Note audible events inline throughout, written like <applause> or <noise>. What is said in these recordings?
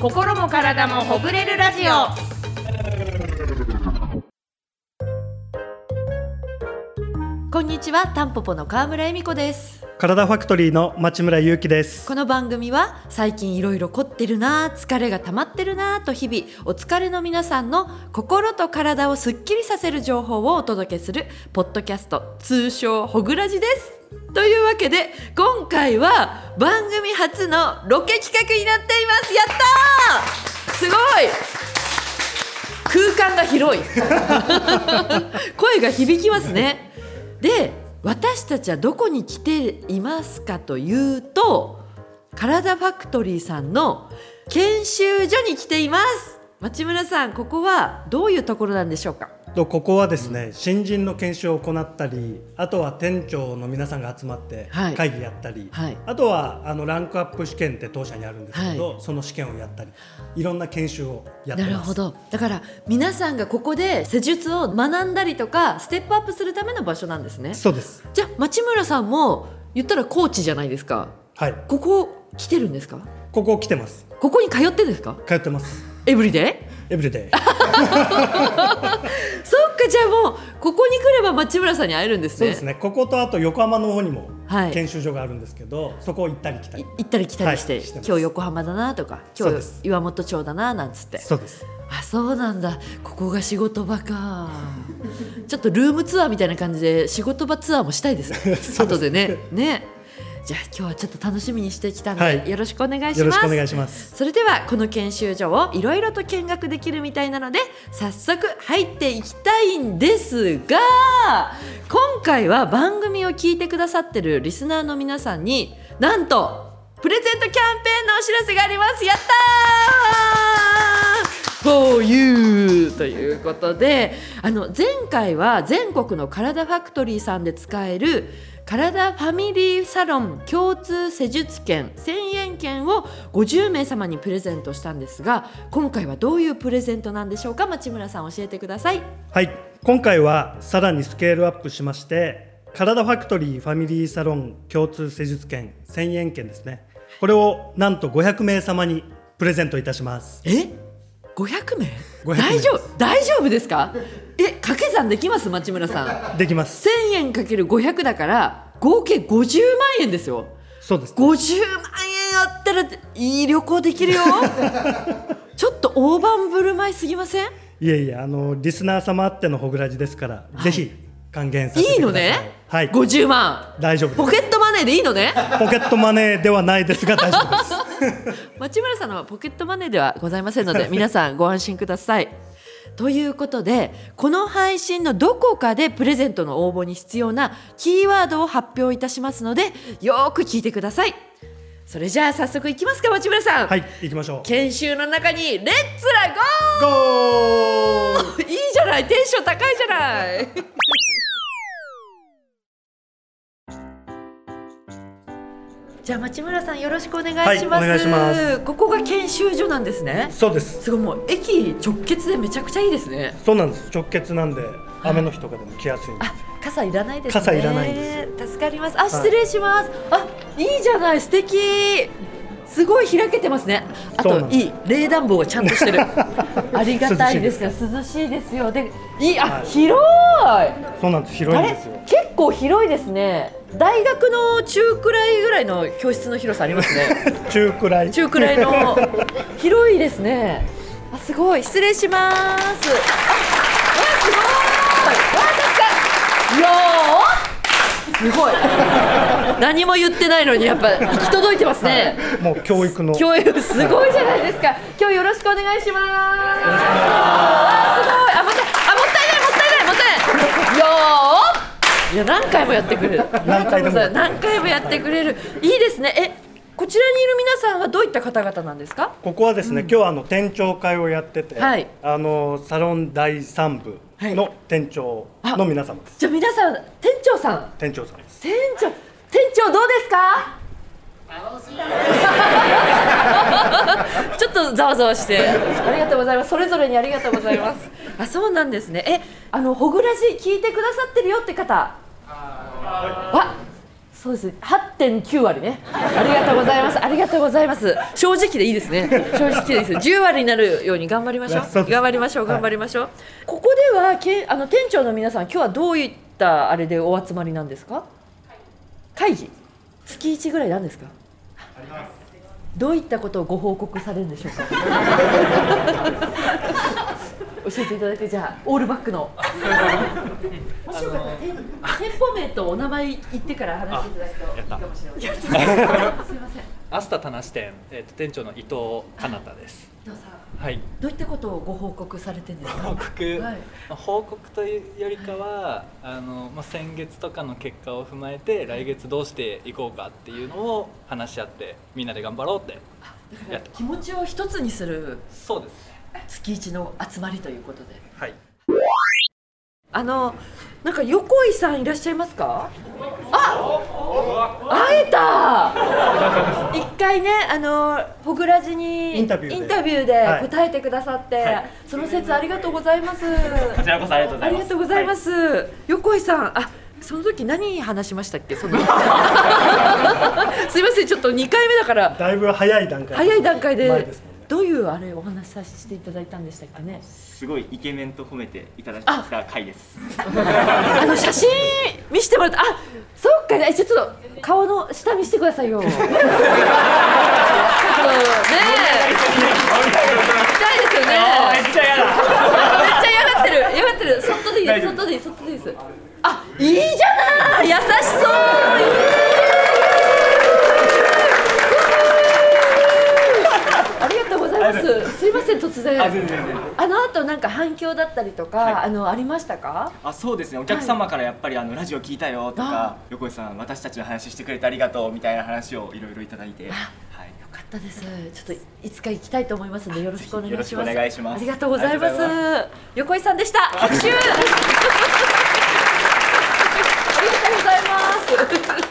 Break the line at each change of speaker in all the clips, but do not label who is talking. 心も体もほぐれるラジオ
こんにちはタンポポの川村恵美子です
体ファクトリーの町村祐樹です
この番組は最近いろいろ凝ってるなあ疲れが溜まってるなあと日々お疲れの皆さんの心と体をすっきりさせる情報をお届けするポッドキャスト通称ほぐらじですというわけで今回は番組初のロケ企画になっていますやったーすごい空間が広い声が響きますねで私たちはどこに来ていますかというと体ファクトリーさんの研修所に来ています町村さんここはどういうところなんでしょうか
とここはですね新人の研修を行ったりあとは店長の皆さんが集まって
はい
会議やったり、
はい
あとはあのランクアップ試験って当社にあるんですけど、その試験をやったりいろんな研修をやって
な
ます
るほどだから皆さんがここで施術を学んだりとかステップアップするための場所なんですね
そうです
じゃあ町村さんも言ったらコーチじゃないですか
はい
ここ来てるんですか
ここ来てます
ここに通ってですか
通ってます
エブリデイ
エブ
<laughs>
リデイ
そっかじゃあもうここに来れば町村さんに会えるんです
そう
ね
ですねこことあと横浜の方にも
はい
研修所があるんですけど、そこを行ったり来た
い
り
行ったり来たりして,、
はいしてます
今日横浜だなとか今
そうで
日
す
岩本町だななんつって
そうです
あそうなんだここが仕事場かちょっとルームツアーみたいな感じで仕事場ツアーもしたい
<laughs>
です
す
後でねねじゃあ今日はちょっと楽しみにしてきたんで、
はい
よろしくお願いし
よろ
ま
しくお
す
願いします
それではこの研修所をいろいろと見学できるみたいなので早速入っていきたいんですが今回は番組を聞いてくださってるリスナーの皆さんになんとプレゼントキャンペーンのお知らせがありますやったー For you ということであの前回は全国の体ファクトリーさんで使える体ファミリーサロン共通施術券1000円券を50名様にプレゼントしたんですが今回はどういうプレゼントなんでしょうか町村さん教えてください
はい、今回はさらにスケールアップしまして、体ファクトリーファミリーサロン共通施術券1000円券ですね。これをなんと500名様にプレゼントいたします。
え500名
500名
大丈夫大丈夫ですかえ掛け算できます町村さん
できます。
1000円かける500だから合計50万円ですよ
そうです。
50万円あったらいい旅行でき
<laughs>
るよちょっと大盤振る舞いすぎません
いえいえ、あのリスナー様あってのほぐらじですから、
い
ぜひ還元させ
いい
て
の
ください。
ね、
はい。
50万
大丈夫です
ポ。ケットマネーでいいのね
ポケットマネーではないですが大丈
<laughs>
夫です。
町村さんのはポケットマネーではございません
<laughs>
ので皆さんご安心くださいということでこの配信のどこかでプレゼントの応募に必要なキーワードを発表いたしますのでよーく聞いてくださいそれじゃあ早速いきますか町村さん、
はい、行きましょう。
研修の中にレッツラゴー
ゴー。
いいじゃないテンション高いじゃ
<laughs>
ないじゃあ町村さんよろしくお願いします,、
はいお願いします
ここが研修所なんですね
そうです。
すごいもう駅直結でめちゃくちゃいいですね
そうなんです。直結なんで雨の日とかでも来やすいんです
あ。傘いらないですね
傘いらないん
です助かりますあ失礼します、あいいじゃない素敵すごい開けてますねあ
そうな
と
んです
いい冷暖房がちゃんと
<laughs>
してるありがたいですから
涼
涼しいですよでいいあ、
はい
広い
そうなんです。広
あ
いん
れ
ですよ。
結構広いですね大学の中くらいぐらいの教室の広さありますね <laughs>
中くらい。
中くらいの広いですねあすごい失礼しますあわすごいわ助かるよーすごい何も言ってないのにやっぱ行き届いてますね
<laughs> もう教育の。
教育すごいじゃないですか今日よろしくお願いしますわあすごいあもったあもったいないもったいないもったいないよーいや何回もやってくれる
何回でも
何回もやってくれるいいですねえこちらにいる皆さんはどういった方々なんですか
ここはですね、今日はあの店長会をやってて、
はい
あのサロン第三部
は
の店長の皆様です。
じゃあ皆さん店長さん
店長さんです。
店長店長どうですかちょっとざわざわしてありがとうございますそれぞれにありがとうございます <laughs> あそうなんですねえあのほぐらじ聞いてくださってるよって方わそうですね。8.9割ね。ありがとうございます。ありがとうございます。正直でいいですね。正直でいいです。10割になるように頑張りましょう。
そうです
頑張りましょう。
はい
頑張りましょう。ここではけあの店長の皆さん今日はどういったあれでお集まりなんですか？会議。月1ぐらいなんですか？どういったことをご報告されるんでしょうか。 <laughs> 教えていただいてじゃあオールバックの。もしよかったら店店舗名とお名前言ってから話していただくといいかもしれません。すみません。
アスタ田無店、えー、と店長の伊藤かなたです。
伊藤さん
はい。
どういったことをご報告されてんです
報
か。
<laughs> 告、
はい
まあ報告というよりかは、あのまあ先月とかの結果を踏まえて来月どうしていこうかっていうのを話し合ってみんなで頑張ろうって。やって
気持ちを一つにする
そうですね。
月一の集まりということで。
はい。
あのなんか横井さんいらっしゃいますか？あ、会えた。一回ねあのホグラジに
インタビューで
ューで
はい
答えてくださって、
はい
その説ありがとうございます。
こちらこそありがとうござ
あ
い
り
ます。
がとうございます。横井さん、あ、その時何話しましたっけ？そ
<laughs>
のすいません、ちょっと2回目だから
だいぶ早い段階
早い段階
前
で
ですもんね
どういうあれお話しさせていただいたんでしたっけね。
すごいイケメンと褒めていただいた回です。
あの写真見せてもらった。あ、そっか、えちょっと顔の下見してください <laughs> よ。ちょっとね。見たいですよね。
っちゃ嫌
めっちゃ嫌
だ。
がってる嫌がってるそっとでいいですそっとでいいそっとでいいですあいいじゃない優しそういいありがとうございますすいません突然
あ全然全然
あの後なんか反響だったりとか、あのありましたか
あ、そうですね。お客様からやっぱりあのラジオ聞いたよと
あ
か、横井さん私たちの話してくれてありがとうみたいな話をいろいろいただいて、はい。
よかったですちょっといつか行きたいと思いますのでよろしくお願いします
ぜひよろしくお願いします
ありがとうございま
あ
す
りがとう
横井さんでした拍手ありがとうございます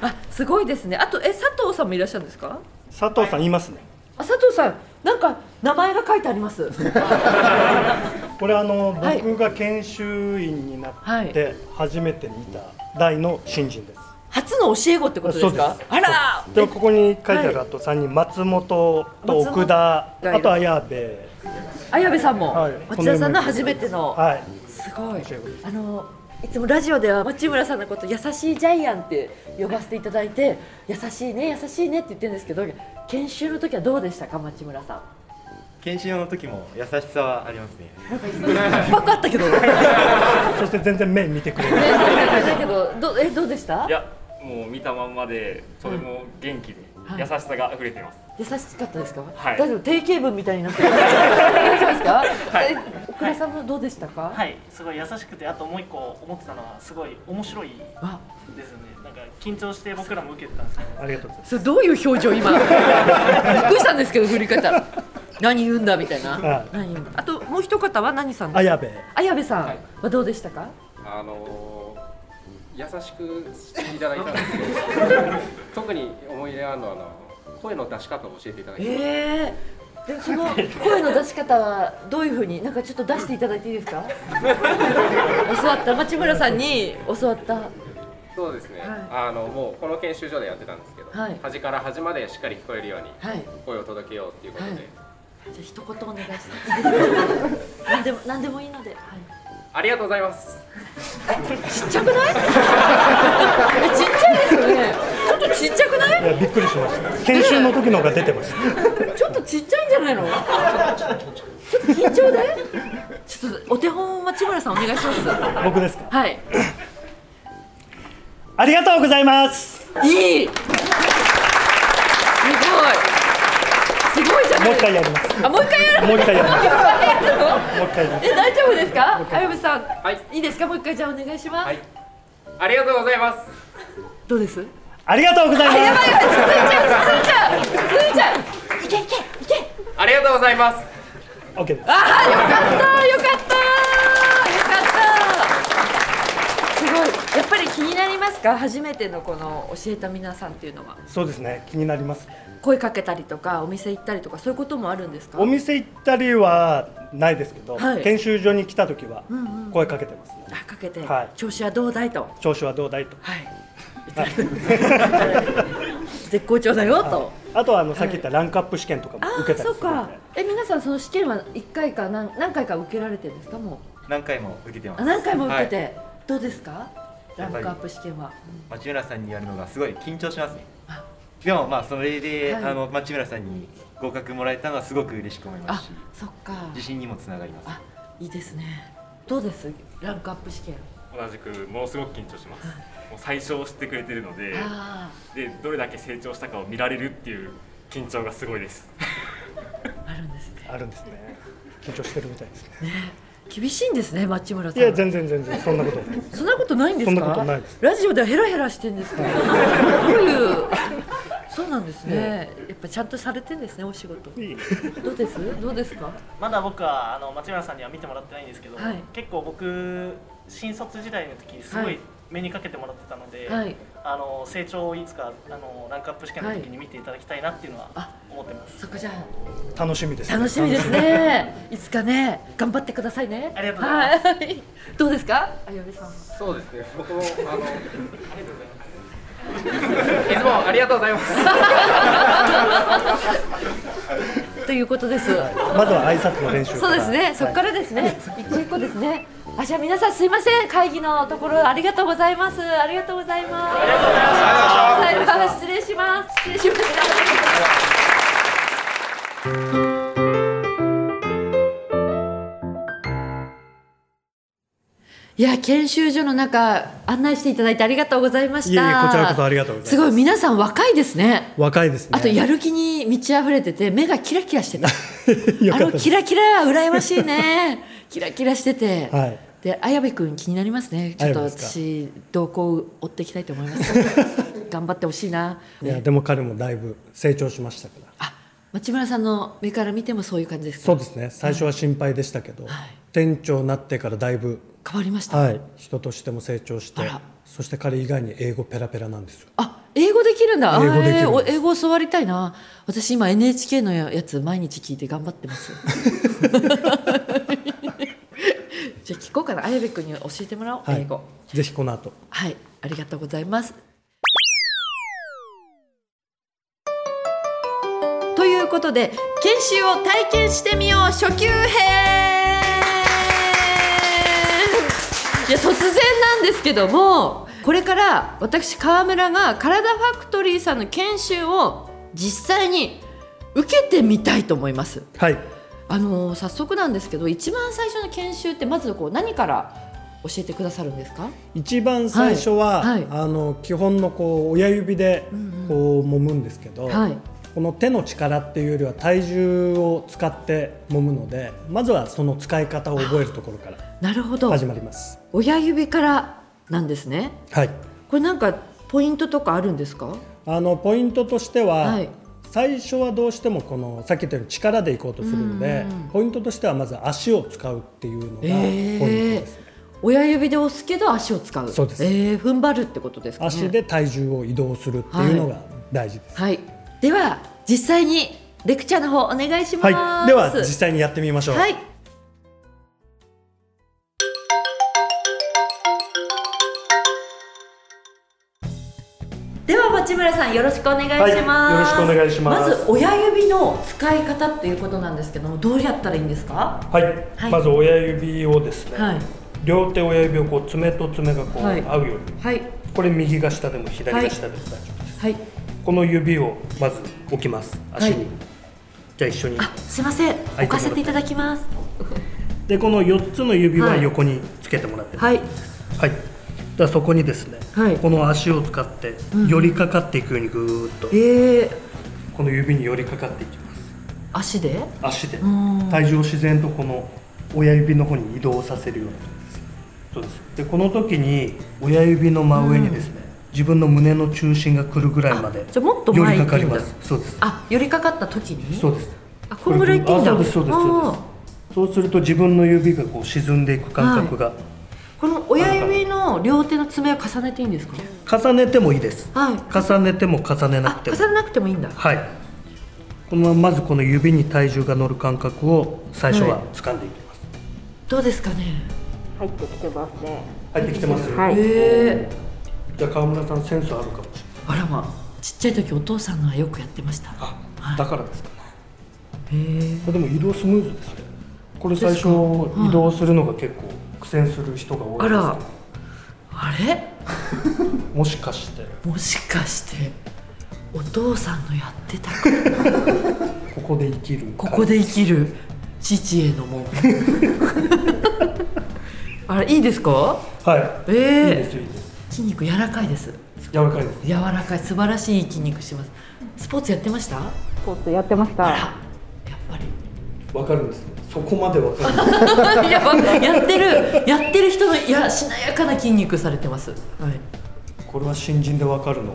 あすごいですねあとえ佐藤さんもいらっしゃるんですか
佐藤さんいますね
あ佐藤さんなんか名前が書いてあります
これあの
はい
僕が研修員になって初めて見た代の新人です、
初の教え子ってことですか
そうです
あら
でもここに書いてあるあと3人松本と奥田
松本
あと綾部
綾部さんも、
はい
町田さんの初めての、
はい
すごい
教え子で。
あのいつもラジオでは町村さんのこと優しいジャイアンって呼ばせていただいて優しいね優しいねって言ってるんですけど研修の時はどうでしたか町村さん。
研修の時も優しさはありますね
バカあったけど。全然
そして全然目見てくれる
だけどどえどうでした
い？や、もう見たまんまで、とても元気で、
はい
優しさが溢れています。
優しかったですか？
はい
大丈夫定型文みたいになっ
<laughs>
てる。大丈夫ですか？え奥田さんもどうでしたか？
はい、すごい優しくて、あともう一個思ってたのは、すごい面白い
あ
ですよね。なんか緊張して僕らも受けてたんですけど、
ありがとうございます
それどういう表情 <laughs> 今びっくりしたんですけど振り方何言うんだみたいな、
はい
何言うんだあともう一方は何さんですか
綾部
綾部さんはどうでしたか、
あのー優しくしていただいたんです
<laughs>
けど特に思い入れあるのはあの声の出し方を教えていただいて、
ええでその <laughs> 声の出し方はどういうふうになんかちょっと出していただいていいです <laughs> か教わった町村さんに教わった
そうですね、あのもうこの研修所でやってたんですけど、
はい
端から端までしっかり聞こえるように
はい
声を届けようっていうことで、
はいじゃあ一言お願いします <laughs> 何でも何でもいいので、はい
ありがとうございます
ち <laughs> っちゃくないえちっちゃいですよねちょっとちっちゃくない
いやびっくりしました研修の時の方が出てました
ちょっとちっちゃいんじゃないの？ちょっと緊張で？ちょっとお手本を町村さんお願いします。
僕ですか
はい。
ありがとうございます
いい。すごい。すごいじゃない
もう一。回やります
あもう一回やる。
もう一回やります
え <laughs>
もう一回やります
大丈夫ですか？あやぶさん。
はい
いいですか？もう一回じゃあお願いします。
はいありがとうございます
どうです？
ありがとうございます
やばいやばい。続いちゃう。続いちゃう。続いちゃう。いけいけいけ。
ありがとうございます
OK です
ああよかったよかったよかったすごいやっぱり気になりますか初めてのこの教えた皆さんっていうのは
そうですね気になります
声かけたりとかお店行ったりとかそういうこともあるんですか
お店行ったりはないですけど、
はい
研修所に来た時は声かけてますね、
あかけて、
はい
調子はどうだいと
調子はどうだいと
はい絶好調だよと。
あとはあのさっき言ったランクアップ試験とかも
あ
受
あ、
けた
そう
りするん
か
で。
え、皆さんその試験は一回か何何回か受けられてるんですかもう。
何回も受けてます
あ、何回も受けて、
はい
どうですか？ラ
やっ
ン
ぱ
ク
り
アップ試験は。
町村さんにやるのがすごい緊張しますねでもまあそれで、
はい
あの町村さんに合格もらえたのはすごく嬉しく思いますし
そっか。
自信にもつながります
あ、いいですね。どうです？ランクアップ試験。
同じくものすごく緊張しますもう最初を知ってくれてるので
あ
でどれだけ成長したかを見られるっていう緊張がすごいです
<laughs> あ、あるんですね。
あるんですね。緊張してるみたいですね。
厳しいんですね、町村さ
い
ん。
や全然全然そんなこと。
そんなことないんですか？
そんなことないです
ラジオではヘラヘラしてんですけど、どう <laughs> いう。そうなんですね。やっぱちゃんとされてんですね、お仕事。
いい
どうです？どうですか？
まだ僕はあの町村さんには見てもらってないんですけど、
はい
結構僕新卒時代の時にすご
はい
い目にかけてもらってたので、
はい。
あの成長をいつかあのランクアップ試験の時に見ていただきたいなっていうのは
あ
思ってます。
そっかじゃあ。
楽しみです、
楽しみですね。いつかね、頑張ってくださいね。。
ありがとうございます
はい、どうですか、あやべさん。
そうですね僕もあのい
ありがとうございます。
つもありがとうご <laughs> ざいます
<laughs> ということです。
まずは挨拶の練習から
そうですね、そこからですね、一個一個ですね。あ、じゃあ皆さんすいません、会議のところありがとうございます。ありがとうございます。ありがとうございました。失礼します。失礼します。いや研修所の中案内していただいてありがとうございました。
いえいえこちらこそありがとうございます
すごい皆さん若いですね。
若いですね
あ
<laughs>
とやる気に満ち溢れてて目がキラキラしてた。
よ
あ
かっ
の
たです
キラキラ羨ましい
<laughs>
ね。キラキラしてて。
はい
で綾部君気になりますね。ちょっと
綾部ですか
私動向を追っていきたいと思い
<laughs>
ます。頑張ってほしいな。
いやでも彼もだいぶ成長しましたから
あ、町村さんの目から見てもそういう感じですか。
そうですね最初は心配でしたけど、
はい
店長になってからだいぶ
変わりました。
はい人としても成長し
あ
て
ら
そして彼以外に英語ペラペラなんですよ
あ、英語できるんだ。あ
英語できるんです
えーお英語教わりたいな。私今 NHK のやつ毎日聞いて頑張って
<laughs>
ます。 <laughs> じゃあ聞こうかな。綾部君に教えてもらおう。
はい
英語。
ぜひこの後
はい、ありがとうございます。ということで研修を体験してみよう初級編 <laughs> いや突然なんですけどもこれから私川村が体ファクトリーさんの研修を実際に受けてみたいと思います。
はい
あのー早速なんですけど一番最初の研修ってまずこう何から教えてくださるんですか
一番最初は、
はいはい
あの基本のこう親指で
うんうん
こう揉むんですけど、
はい
この手の力っていうよりは体重を使って揉むのでまずはその使い方を覚えるところから
なるほど
始まります
親指からなんですね
はい
これなんかポイントとかあるんですか
あのポイントとしては、
はい
最初はどうしてもこのさっき言ったように力でいこうとするので
うんうん
ポイントとしてはまず足を使うっていうのがポイ
えー
ントですね、
親指で押すけど足を使う
そうです
えー踏ん張るってことですかね
足で体重を移動するっていうのが大事です、
はいでは実際にレクチャーの方お願いします、
はい、では実際にやってみましょう、
はいでは町村さんよろしくお願いします、
はいよろしくお願いします
まず親指の使い方っていうことなんですけどもどうやったらいいんですか
はい
はい
まず親指をですね、
はい
両手親指をこう爪と爪がこう
はい
合うように、
はい
これ右が下でも左が下でも大丈夫です、
はい
この指をまず置きます足に、
はい
じゃあ一緒に
あすいません
い
置かせていただきます
でこの4つの指
は
はい横につけてもらってはい、
はい
はい、ではそこにですね、
はい
この足を使って
ん
寄りかかっていくようにぐーっと、
えー、
この指に寄りかかっていきます
足で
足で
ん
体重を自然とこの親指の方に移動させるようにそうですでこの時に親指の真上にですね、自分の胸の中心が来るぐらいまで
あじゃあもっと前
寄りかかり
行っていいんだ
ますそうです
あ寄りかかった時に
そうです
あこのぐらいいっていいんだ
あそうですそうですそうですそうすると自分の指がこう沈んでいく感覚が、
この親指の両手の爪は重ねていいんですか
重ねてもいいです
はい
重ねても重ねな
あ
くて
重
も
ねなくてもいいんだ
はいこのまままずこの指に体重が乗る感覚を最初は掴んでいきます、
どうですかね
入ってきてます、
へえ
じゃあ川村さんセンスあるかもし
あらまちっちゃい時お父さんがよくやってました
れない
は
あ
い
だからですかね
へえ
でも移動スムーズですねこれ最初移動するのが結構苦戦する人が多い
あ
です、
らあれ
もしかして
もしかしてお父さんのやってたから
ここで生きる
ここで生きる父への <laughs> 文句あれいいですか
は
え
い、
え
いいですいいです
筋肉柔らかいです
柔らかいです
柔らかい素晴らしい筋肉してますスポーツやってました
スポーツやってまし
あら
た
やっぱり <laughs>
わかるんですねそこまでわかるんです
いややってるやってる人のいやしなやかな筋肉されてます、はい、
これは新人でわかるの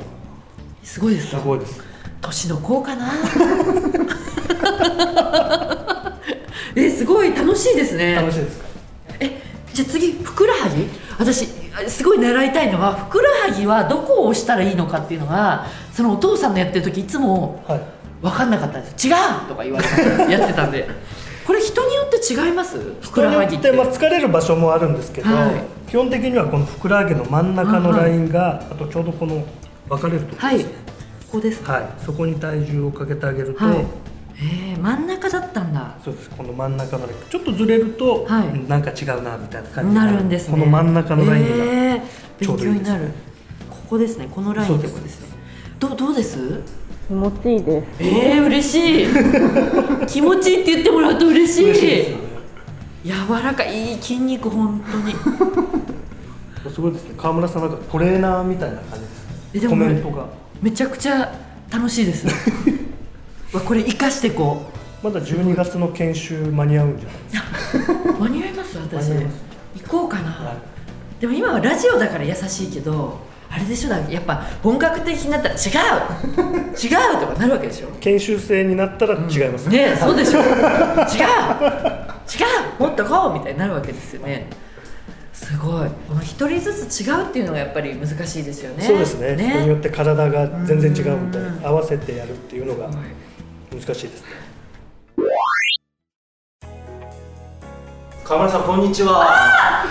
すごいです
す
か
ごいです
年の子かな <laughs> えすごい楽しいですね
楽しいですか
えじゃあ次ふくらはぎ私あすごい習いたいのはふくらはぎはどこを押したらいいのかっていうのがそのお父さんのやってる時いつも
はい
分かんなかったんです「違う!」とか言われてやってたんで <laughs> これ人によって違いますふくらはぎって
まあ、疲れる場所もあるんですけど、
は
基本的にはこのふくらはぎの真ん中のラインが、あとちょうどこの分かれるところ
はい
です
こ
ね
こですか
はい、そこに体重をかけてあげると、
はいえー、真ん中だったんだ
そうですこの真ん中のラインちょっとずれると、
はい
なんか違うなみたいな感じに
なるんですね
この真ん中のラインが、
えー、
ち
勉
ょうど
強
いい
に
です
なるここですねこのラインってことですねどうどうです
気持ちいいです
えー、嬉
<laughs>
しい気持ちいいって言ってもらうと嬉しい
嬉しいですよね
柔らかいいい筋肉本当に
すごいですね川村さんなんかトレーナーみたいな感じですね
えでも
コメントが
めちゃくちゃ楽しい
<laughs>
ですわこれ生かしてこ
まだ12月の研修間に合うんじゃないですか
う間に合います私
間に合
行
います
こうかな、でも今はラジオだから優しいけどあれでしょだやっぱ本格的になったら違う違うとかなるわけでしょ
研修生になったら違いますね、
ねえそうで
<laughs>
しょ違う違うもっとこうみたいになるわけですよねすごいこの一人ずつ違うっていうのがやっぱり難しいですよね
そうですね人によって体が全然違うので、
うん
合わせてやるっていうのが難しいですね
川村さんこんにちは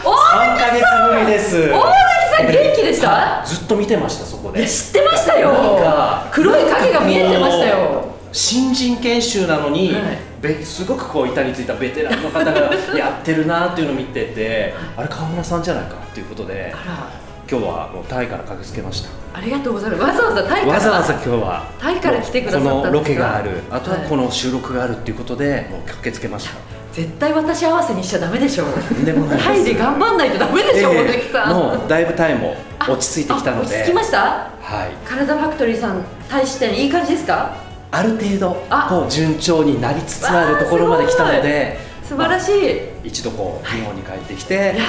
3ヶ月ぶりです
大崎さん元気でした
ずっと見てましたそこ
い
で
や知ってましたよ
なんか
黒い影が見えてましたよ
新人研修なのに、
はい
べすごくこう板についたベテランの方
<laughs>
がやってるなっていうのを見ててあれ川村さんじゃないかっていうことで
あ
今日はもうタイから駆けつけました
らありがとうございますわざわざタイから
わざわざ今日は
タイから来てくださったんですか
このロケがあるあとは
はい
この収録があるっていうことでもう駆けつけました
絶対私合わせにしちゃダメでしょ
んでもないです
タイで頑張んないとダメでしょ
ええ
大崎さん
もうだいぶタイも
あ
落ち着いてきたの
あ落
で
ち着きました
はい、
体ファクトリーさん対していい感じですか
ある程度
あ
こう順調になりつつあるところまで来たので
素晴らしい、
一度こう日本に帰ってきて、
いや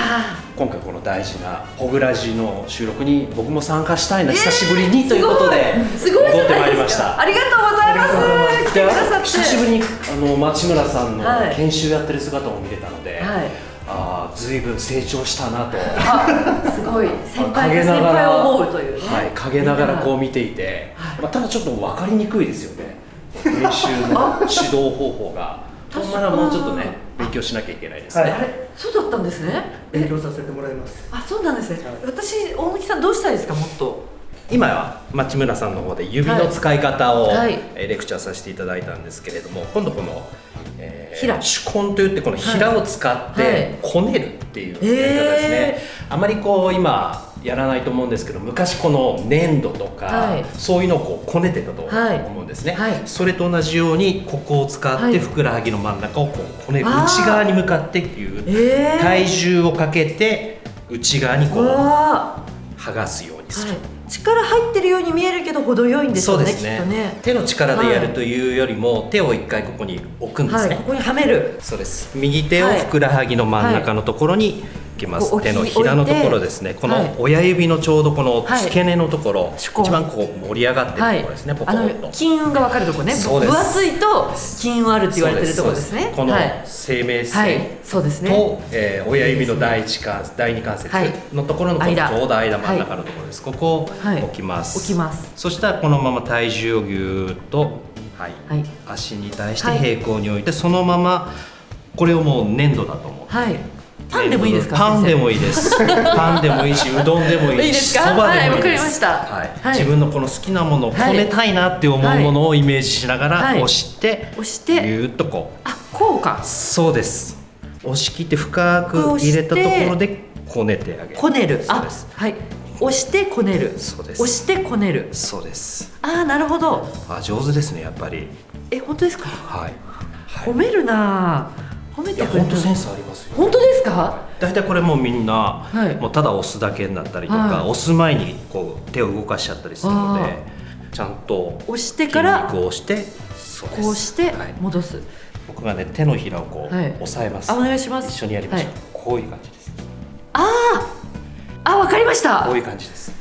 今回この大事な「ホグラジ」の収録に僕も参加したいな、久しぶり
ー
にということで
ごいすごいじ
戻
ゃ
ってま
ない
り
い
ま
で
し
すか
た
ありがとうございます来てくださって
久しぶりにあの町村さんの
はい
研修やってる姿も見れたので、
はい
ああずいぶん成長したなと
あすごい先輩
陰
が
な
先
が
輩
ら
を思うというね
はい、陰ながらこう見ていて、まあ、ただちょっと分かりにくいですよね練習の指導方法が
確か
まだもうちょっとね勉強しなきゃいけないですね、
あれそうだったんですね
勉強させてもらいます
あそうなんですね私大貫さんどうしたいですかもっと
今は町村さんの方で指の使い方を、
はいはい
えーレクチャーさせていただいたんですけれども今度この、えー
ひら
手根といってこのひらを使っ
はいはい
てこねるっていうやり方ですね、
え
あまりこう今やらないと思うんですけど昔この粘土とか、
はい
そういうのをこうこねてたと
はい
思うんですね、
はい
それと同じようにここを使
は
っ
い
てふくらはぎの真ん中をこうこねる、
あー
内側に向かってっていう、
えー
体重をかけて内側にこう
わー
剥がすようにする、
はい力入ってるように見えるけど程よいんです
そう
よ
で
ね
す
きっとね
ね手の力でやるというよりも、手を一回ここに置くんで
は
す
い
ね、
ここにはめる
そうです右手を
はい
ふくらはぎの真ん中のところに行きます、
こう置き
手のひらのところですね
置いて
こ
はい
の親指のちょうどこの付け根のところ、
手
一
根
番こう盛り上がってる
は
ところですね、ポコ
あ
ポ
の
コと。
金運がわかるとこね
そうです
分厚いと金運あるって言われてるとこです
そう
ね
この
はい
生命線、
はいそうですね
と、えー親指の第一関、第二関節
はい
のところのこのち
間
ょうど間真ん中のところです、ここを
はい
置きます、
置きます
そしたらこのまま体重をぎゅーっと、はい
はい
足に対して平行に置いて、そのままこれをもう粘土だと思って、
はいパンでもいいですか
パンでもいいです
<laughs>
パンでもいいしうどんでもいいし
いいですか
そばでもい
はい
いです
わかりました
はい
はい
自分のこの好きなものを
はい
こねたいなって思うものをイメージしながら
はい
押して
押して
ぎゅーっとこう
こうか
そうです押し切って深く入れたところでこねてあげる
こねる
そう
あ
です
はい押してこねる
そうです
押してこねる
そうです
ああなるほど
あ上手ですねやっぱり
え本当ですか
はい
褒めるなあ褒め
い
て
や
くれ
本当
る
センスありますよ
本当ですか
大体これもうみんな、
はい
もうただ押すだけになったりとか、
はい
押す前にこう手を動かしちゃったりするの
あ
でちゃんと
押してから
筋肉を押してそうです
こうして
はい
戻す
僕がね手のひらをこう、
はい
押さえます
あお願いします
一緒にやりましょう、
はい
こういう感じです
あああわかりまし
こ
た
ういう感じです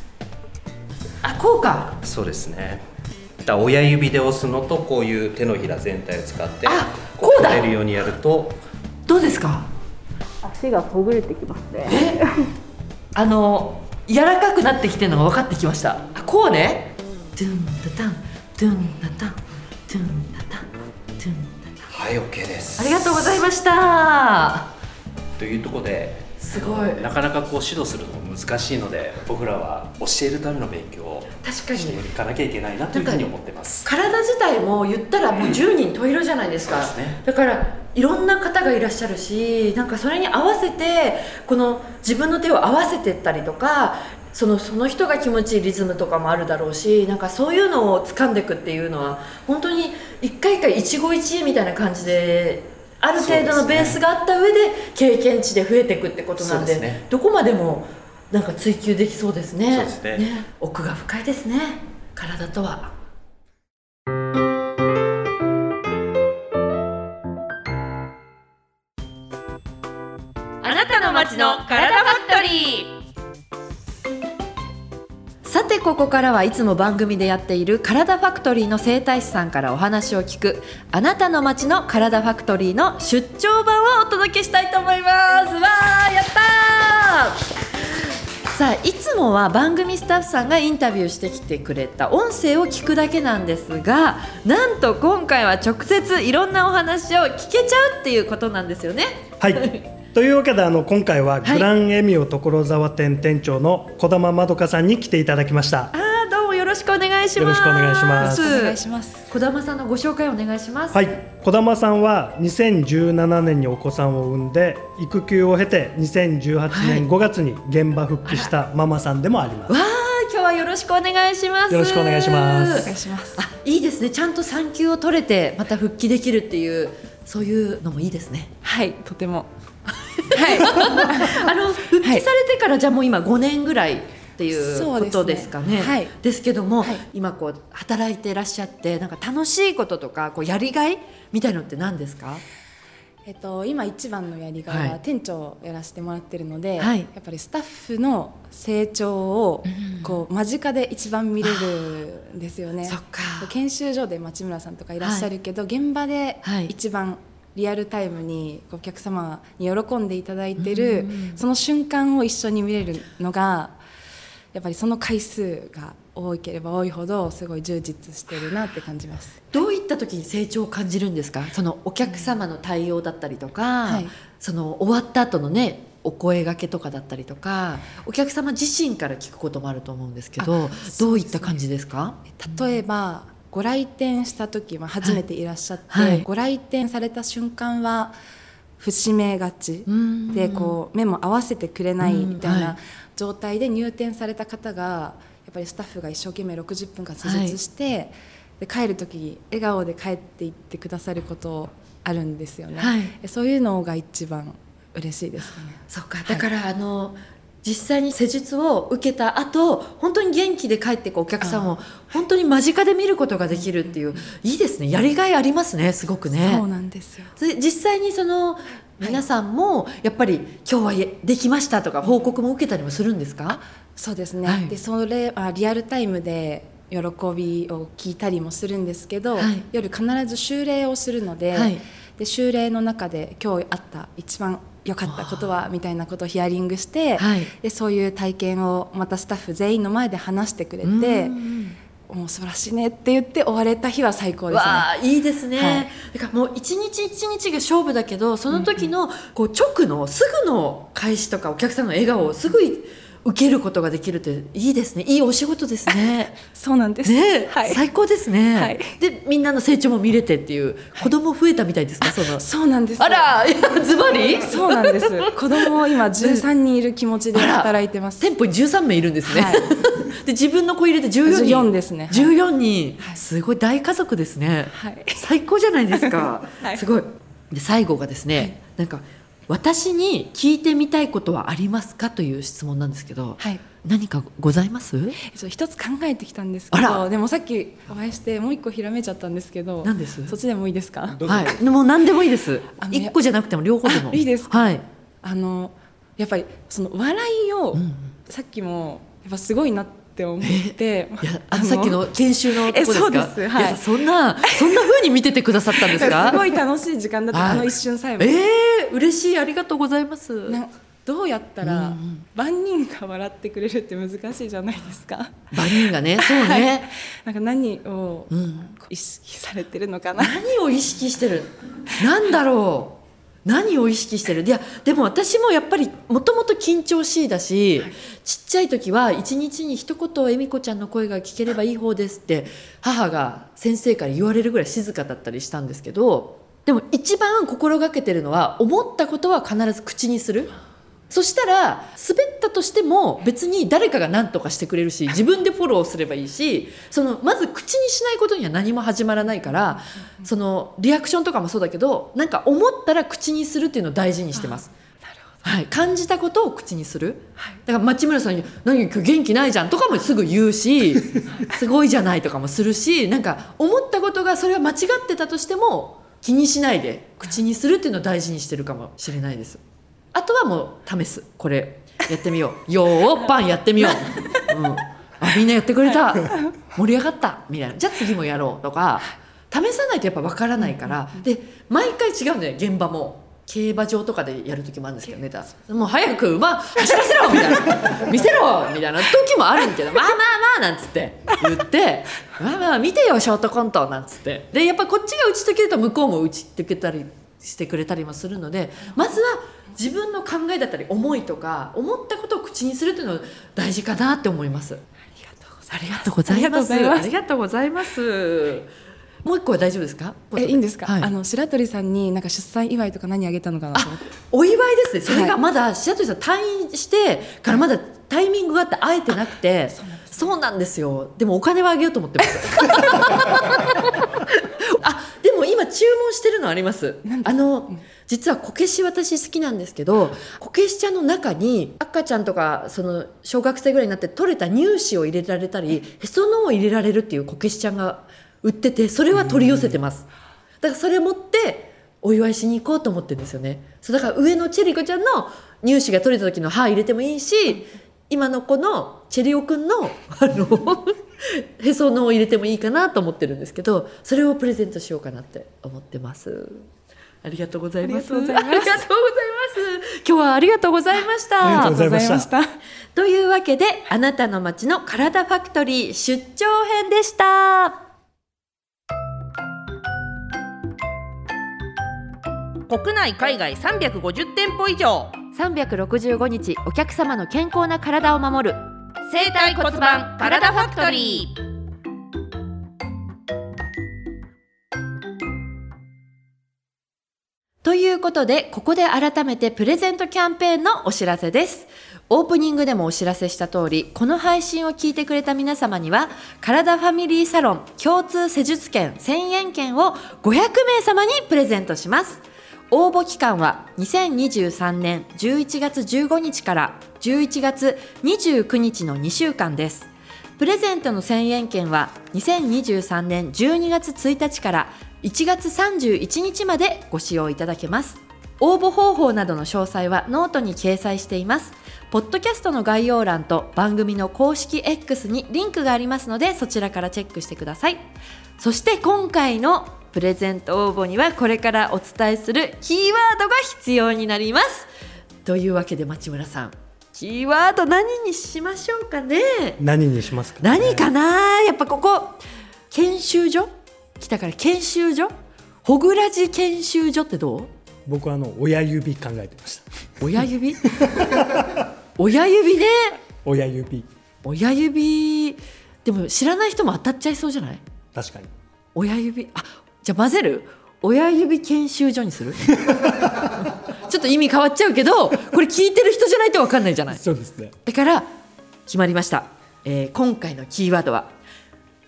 あこうか
そうですねだから親指で押すのとこういう手のひら全体を使ってこ
こうだ
出るようにやると
どうですか
足がほぐれてきますね
<laughs> あの柔らかくなってきてるのが分かってきましたあこうねドゥンタタンドゥンタタンドゥンタタンドゥン
はい OK です
ありがとうございました
というところです
ごい
なかなかこう指導するのも難しいので僕らは教えるための勉強を
確かに
していかなきゃいけないなというふうに思ってます
体自体も言ったらもう10人十色じゃないですか、
そうですね
だからいろんな方がいらっしゃるしなんかそれに合わせてこの自分の手を合わせてったりとかそのその人が気持ちいいリズムとかもあるだろうしなんかそういうのを掴んでいくっていうのは本当に一回一回一期一会みたいな感じである程度のベースがあった上で経験値で増えていくってことなんで
そうですね
どこまでもなんか追求できそうですね
そうですね
奥が深いですね体とは。
あなたの街のカラダファクトリー
さてここからはいつも番組でやっているカラダファクトリーの整体師さんからお話を聞くあなたの街のカラダファクトリーの出張版をお届けしたいと思いますわーやったーさあいつもは番組スタッフさんがインタビューしてきてくれた音声を聞くだけなんですがなんと今回は直接いろんなお話を聞けちゃうっていうことなんですよね
はい。というわけであの今回はグランエミオ所沢店店長の小玉まどかさんに来ていただきました。
あーどうもよろしくお願いします
よろしくお願いしますお願い
します小玉さんのご紹介お願いします
はい、小玉さんは2017年にお子さんを産んで育休を経て2018年5月に現場復帰したママさんでもあります。
わあ今日はよろしくお願いします
よろしくお願いしますお願い
しますあいいですねちゃんと産休を取れてまた復帰できるっていうそういうのもいいですねはいとても <laughs> はいあの復帰されてからじゃあもう今5年ぐらいっていう
そう
こ
ですね
とですかね
はい
ですけども、今こう働いていらっしゃってなんか楽しいこととかこうやりがいみたいのって何ですか
えっと、今一番のやりがい
は
はい店長をやらせてもらってるので、
はい
やっぱりスタッフの成長をこう間近で一番見れるんですよね。研修所で町村さんとかいらっしゃるけど、現場で一番リアルタイムにこうお客様に喜んでいただいてる、その瞬間を一緒に見れるのがやっぱりその回数が多ければ多いほどすごい充実してるなって感じます。
どういった時に成長を感じるんですかそのお客様の対応だったりとか、その終わった後のねお声がけとかだったりとかお客様自身から聞くこともあると思うんですけどどういった感じですか
例えばご来店した時は初めていらっしゃって、
はいはい
ご来店された瞬間は節目がちでこう目も合わせてくれないみたい
うんは
な状態で入店された方がやっぱりスタッフが一生懸命60分間施術して、で帰る時に笑顔で帰っていってくださることあるんですよね、
はい
そういうのが一番嬉しいですね。
そうかだから、あの実際に施術を受けた後本当に元気で帰っていくお客様を本当に間近で見ることができるっていういいですねやりがいありますねすごくね。
そうなんですよ
それ実際にその皆さんもやっぱり今日はできましたとか報告も受けたりもするんですか
そうですね、でそれはリアルタイムで喜びを聞いたりもするんですけど、夜必ず修礼をするので,、
はい
で修礼の中で今日あった一番良かったことはみたいなことをヒアリングして、
はい
でそういう体験をまたスタッフ全員の前で話してくれて。もう素晴らしいねって言って終われた日は最高ですね
わあいいですね、
はい
だからもう一日一日が勝負だけどその時のこう直のすぐの開始とかお客さんの笑顔をすぐ受けることができるっていいですねいいお仕事ですね
そうなんです、
ねえ
はい
最高ですね、
はい
でみんなの成長も見れてっていう子供増えたみたいですか、その
<laughs> そうなんです
あらいやズバリ
そうなんです子供今13人いる気持ちで働いてます
店舗に13名いるんですね、 <laughs> で自分の子入れて14人
14ですねはい
14人、すごい大家族ですね、最高じゃないですか、
<laughs> はい
すごいで最後がですね、なんか私に聞いてみたいことはありますかという質問なんですけど、何かございます
そう一つ考えてきたんですけどでもさっきお会いしてもう一個ひらめいちゃったんですけど
何です
そっちでもいいですか
はい、もう何でもいいです
あの
一個じゃなくても両方でも
いいです
かはい
あのやっぱりその笑いを、さっきもやっぱすごいなって思って
あのさっきの研修のとこですか
えそうですはい
いやそんなそんな風に見ててくださったんです
<laughs>
か
ごい楽しい時間だった、
はい
あの一瞬さえも
ええ嬉しいありがとうございます
などうやったら、万人が笑ってくれるって難しいじゃないですか
万人がねそうね、
はいなんか何を
うん
意識されてるのかな
何を意識してるなんだろう何を意識してるいやでも私もやっぱりもともと緊張しいだし、ちっちゃい時は一日に一言「恵美子ちゃんの声が聞ければいい方です」って母が先生から言われるぐらい静かだったりしたんですけどでも一番心がけてるのは思ったことは必ず口にする。そしたら滑ったとしても別に誰かが何とかしてくれるし自分でフォローすればいいしそのまず口にしないことには何も始まらないからそのリアクションとかもそうだけどなんか思ったら口にするっていうのを大事にしてます。はい、感じたことを口にする、だから町村さんに「何今日元気ないじゃん」とかもすぐ言うし「すごいじゃない」とかもするしなんか思ったことがそれは間違ってたとしても気にしないで口にするっていうのを大事にしてるかもしれないです。あとはもう試すこれやってみよう <laughs> よーパンやってみよう、うん、あみんなやってくれた盛り上がったみたいなじゃあ次もやろうとか試さないとやっぱ分からないから、で毎回違うんだよ現場も競馬場とかでやる時もあるんですけどネタもう早く馬走らせろみたいな見せろみたいな時もあるんだけどまあまあまあなんつって言ってまあまあ見てよショートコントなんつってでやっぱこっちが打ち解けると向こうも打ち解けたりしてくれたりもするのでまずは自分の考えだったり思いとか思ったことを口にするっていうのが大事かなって思いますありがとうございます
ありがとうございます
ありがとうございますもう一個は大丈夫ですか
えいいんですか、
はい
あの白鳥さんになんか出産祝いとか何あげたのかなと思って
お祝いですねそれがまだ白鳥さん退院してからまだタイミングがあって会えてなくてそうなんですよでもお金はあげようと思ってます <laughs> あでも今注文してるのありますあの実はこけし私好きなんですけどこけし茶の中に赤ちゃんとかその小学生ぐらいになって取れた乳歯を入れられたりへその緒を入れられるっていうこけし茶が売っててそれは取り寄せてますだからそれ持ってお祝いしに行こうと思ってるんですよねそうだから上のチェリコちゃんの乳歯が取れた時の歯入れてもいいし今の子のチェリオくんのあの <laughs> へその緒を入れてもいいかなと思ってるんですけどそれをプレゼントしようかなって思ってますありがとうございます
ありがとうございます
ありがとうございます今日はありがとうございました
ありがとうございました
ありがとうございましたというわけであなたの街の体ファクトリー出張編でした
国内海外350店舗以上
365日お客様の健康な体を守る
生体骨盤カラダファクトリー
ということでここで改めてプレゼントキャンペーンのお知らせですオープニングでもお知らせした通りこの配信を聞いてくれた皆様には体ファミリーサロン共通施術券1000円券を500名様にプレゼントします応募期間は2023年11月15日から11月29日の2週間ですプレゼントの1000円券は2023年12月1日から1月31日までご使用いただけます応募方法などの詳細はノートに掲載していますポッドキャストの概要欄と番組の公式 X にリンクがありますのでそちらからチェックしてくださいそして今回のプレゼント応募にはこれからお伝えするキーワードが必要になりますというわけで町村さんキーワード何にしましょうかね
何にしますか、
何かなやっぱここ研修所来たから研修所ほぐらじ研修所ってどう
僕はあの親指考えてました
親指 <laughs> 親指ね
親指
親指でも知らない人も当たっちゃいそうじゃない
確かに
親指あじゃあ混ぜる親指研修所にする <laughs> ちょっと意味変わっちゃうけどこれ聞いてる人じゃないと分かんないじゃない
そうですね
だから決まりました、えー今回のキーワードは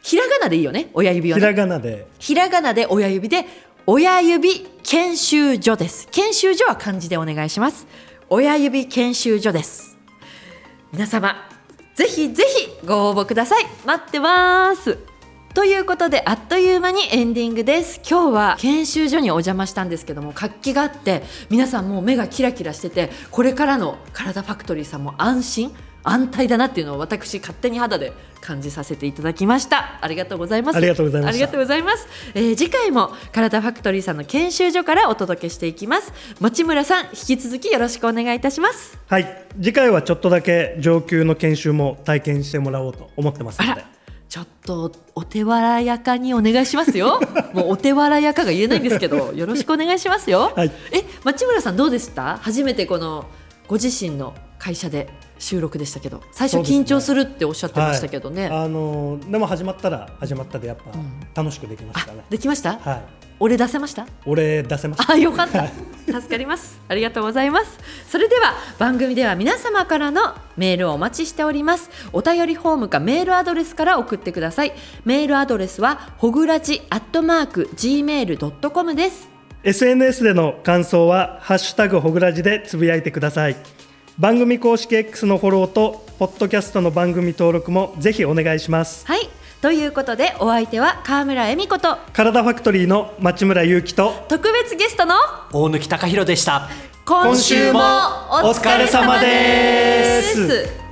ひらがなでいいよね親指は
ひ
ね
らがなで
ひらがなで親指で親指研修所です研修所は漢字でお願いします親指研修所です皆様ぜひぜひご応募ください待ってますということであっという間にエンディングです今日は研修所にお邪魔したんですけども活気があって皆さんもう目がキラキラしててこれからの体ファクトリーさんも安心安泰だなっていうのを私勝手に肌で感じさせていただきましたありがとうございます
ありがとうございました
ありがとうございます、えー次回も体ファクトリーさんの研修所からお届けしていきます持村さん引き続きよろしくお願いいたします
はい次回はちょっとだけ上級の研修も体験してもらおうと思ってますので
ちょっとお手柔やかにお願いします
<laughs>
よもうお手柔やかが言えないんですけどよろしくお願いしますよ、え町村さんどうでした初めてこのご自身の会社で収録でしたけど最初
そうですね
緊張するっておっしゃってましたけどね
はいあのーでも始まったら始まったでやっぱ楽しくできましたね、
できました、
はい
俺出せました
俺出せました
あよかった助かりますありがとうございますそれでは番組では皆様からのメールをお待ちしておりますお便りフォームかメールアドレスから送ってくださいメールアドレスはほぐらじアットマーク gmail.com です
SNS での感想は「ハッシュタグほぐらじ」でつぶやいてください番組公式 X のフォローとポッドキャストの番組登録もぜひお願いします
はいということでお相手は川村恵美子と
体ファクトリーの町村祐樹と
特別ゲストの
大貫隆弘でした
今週もお疲れ様です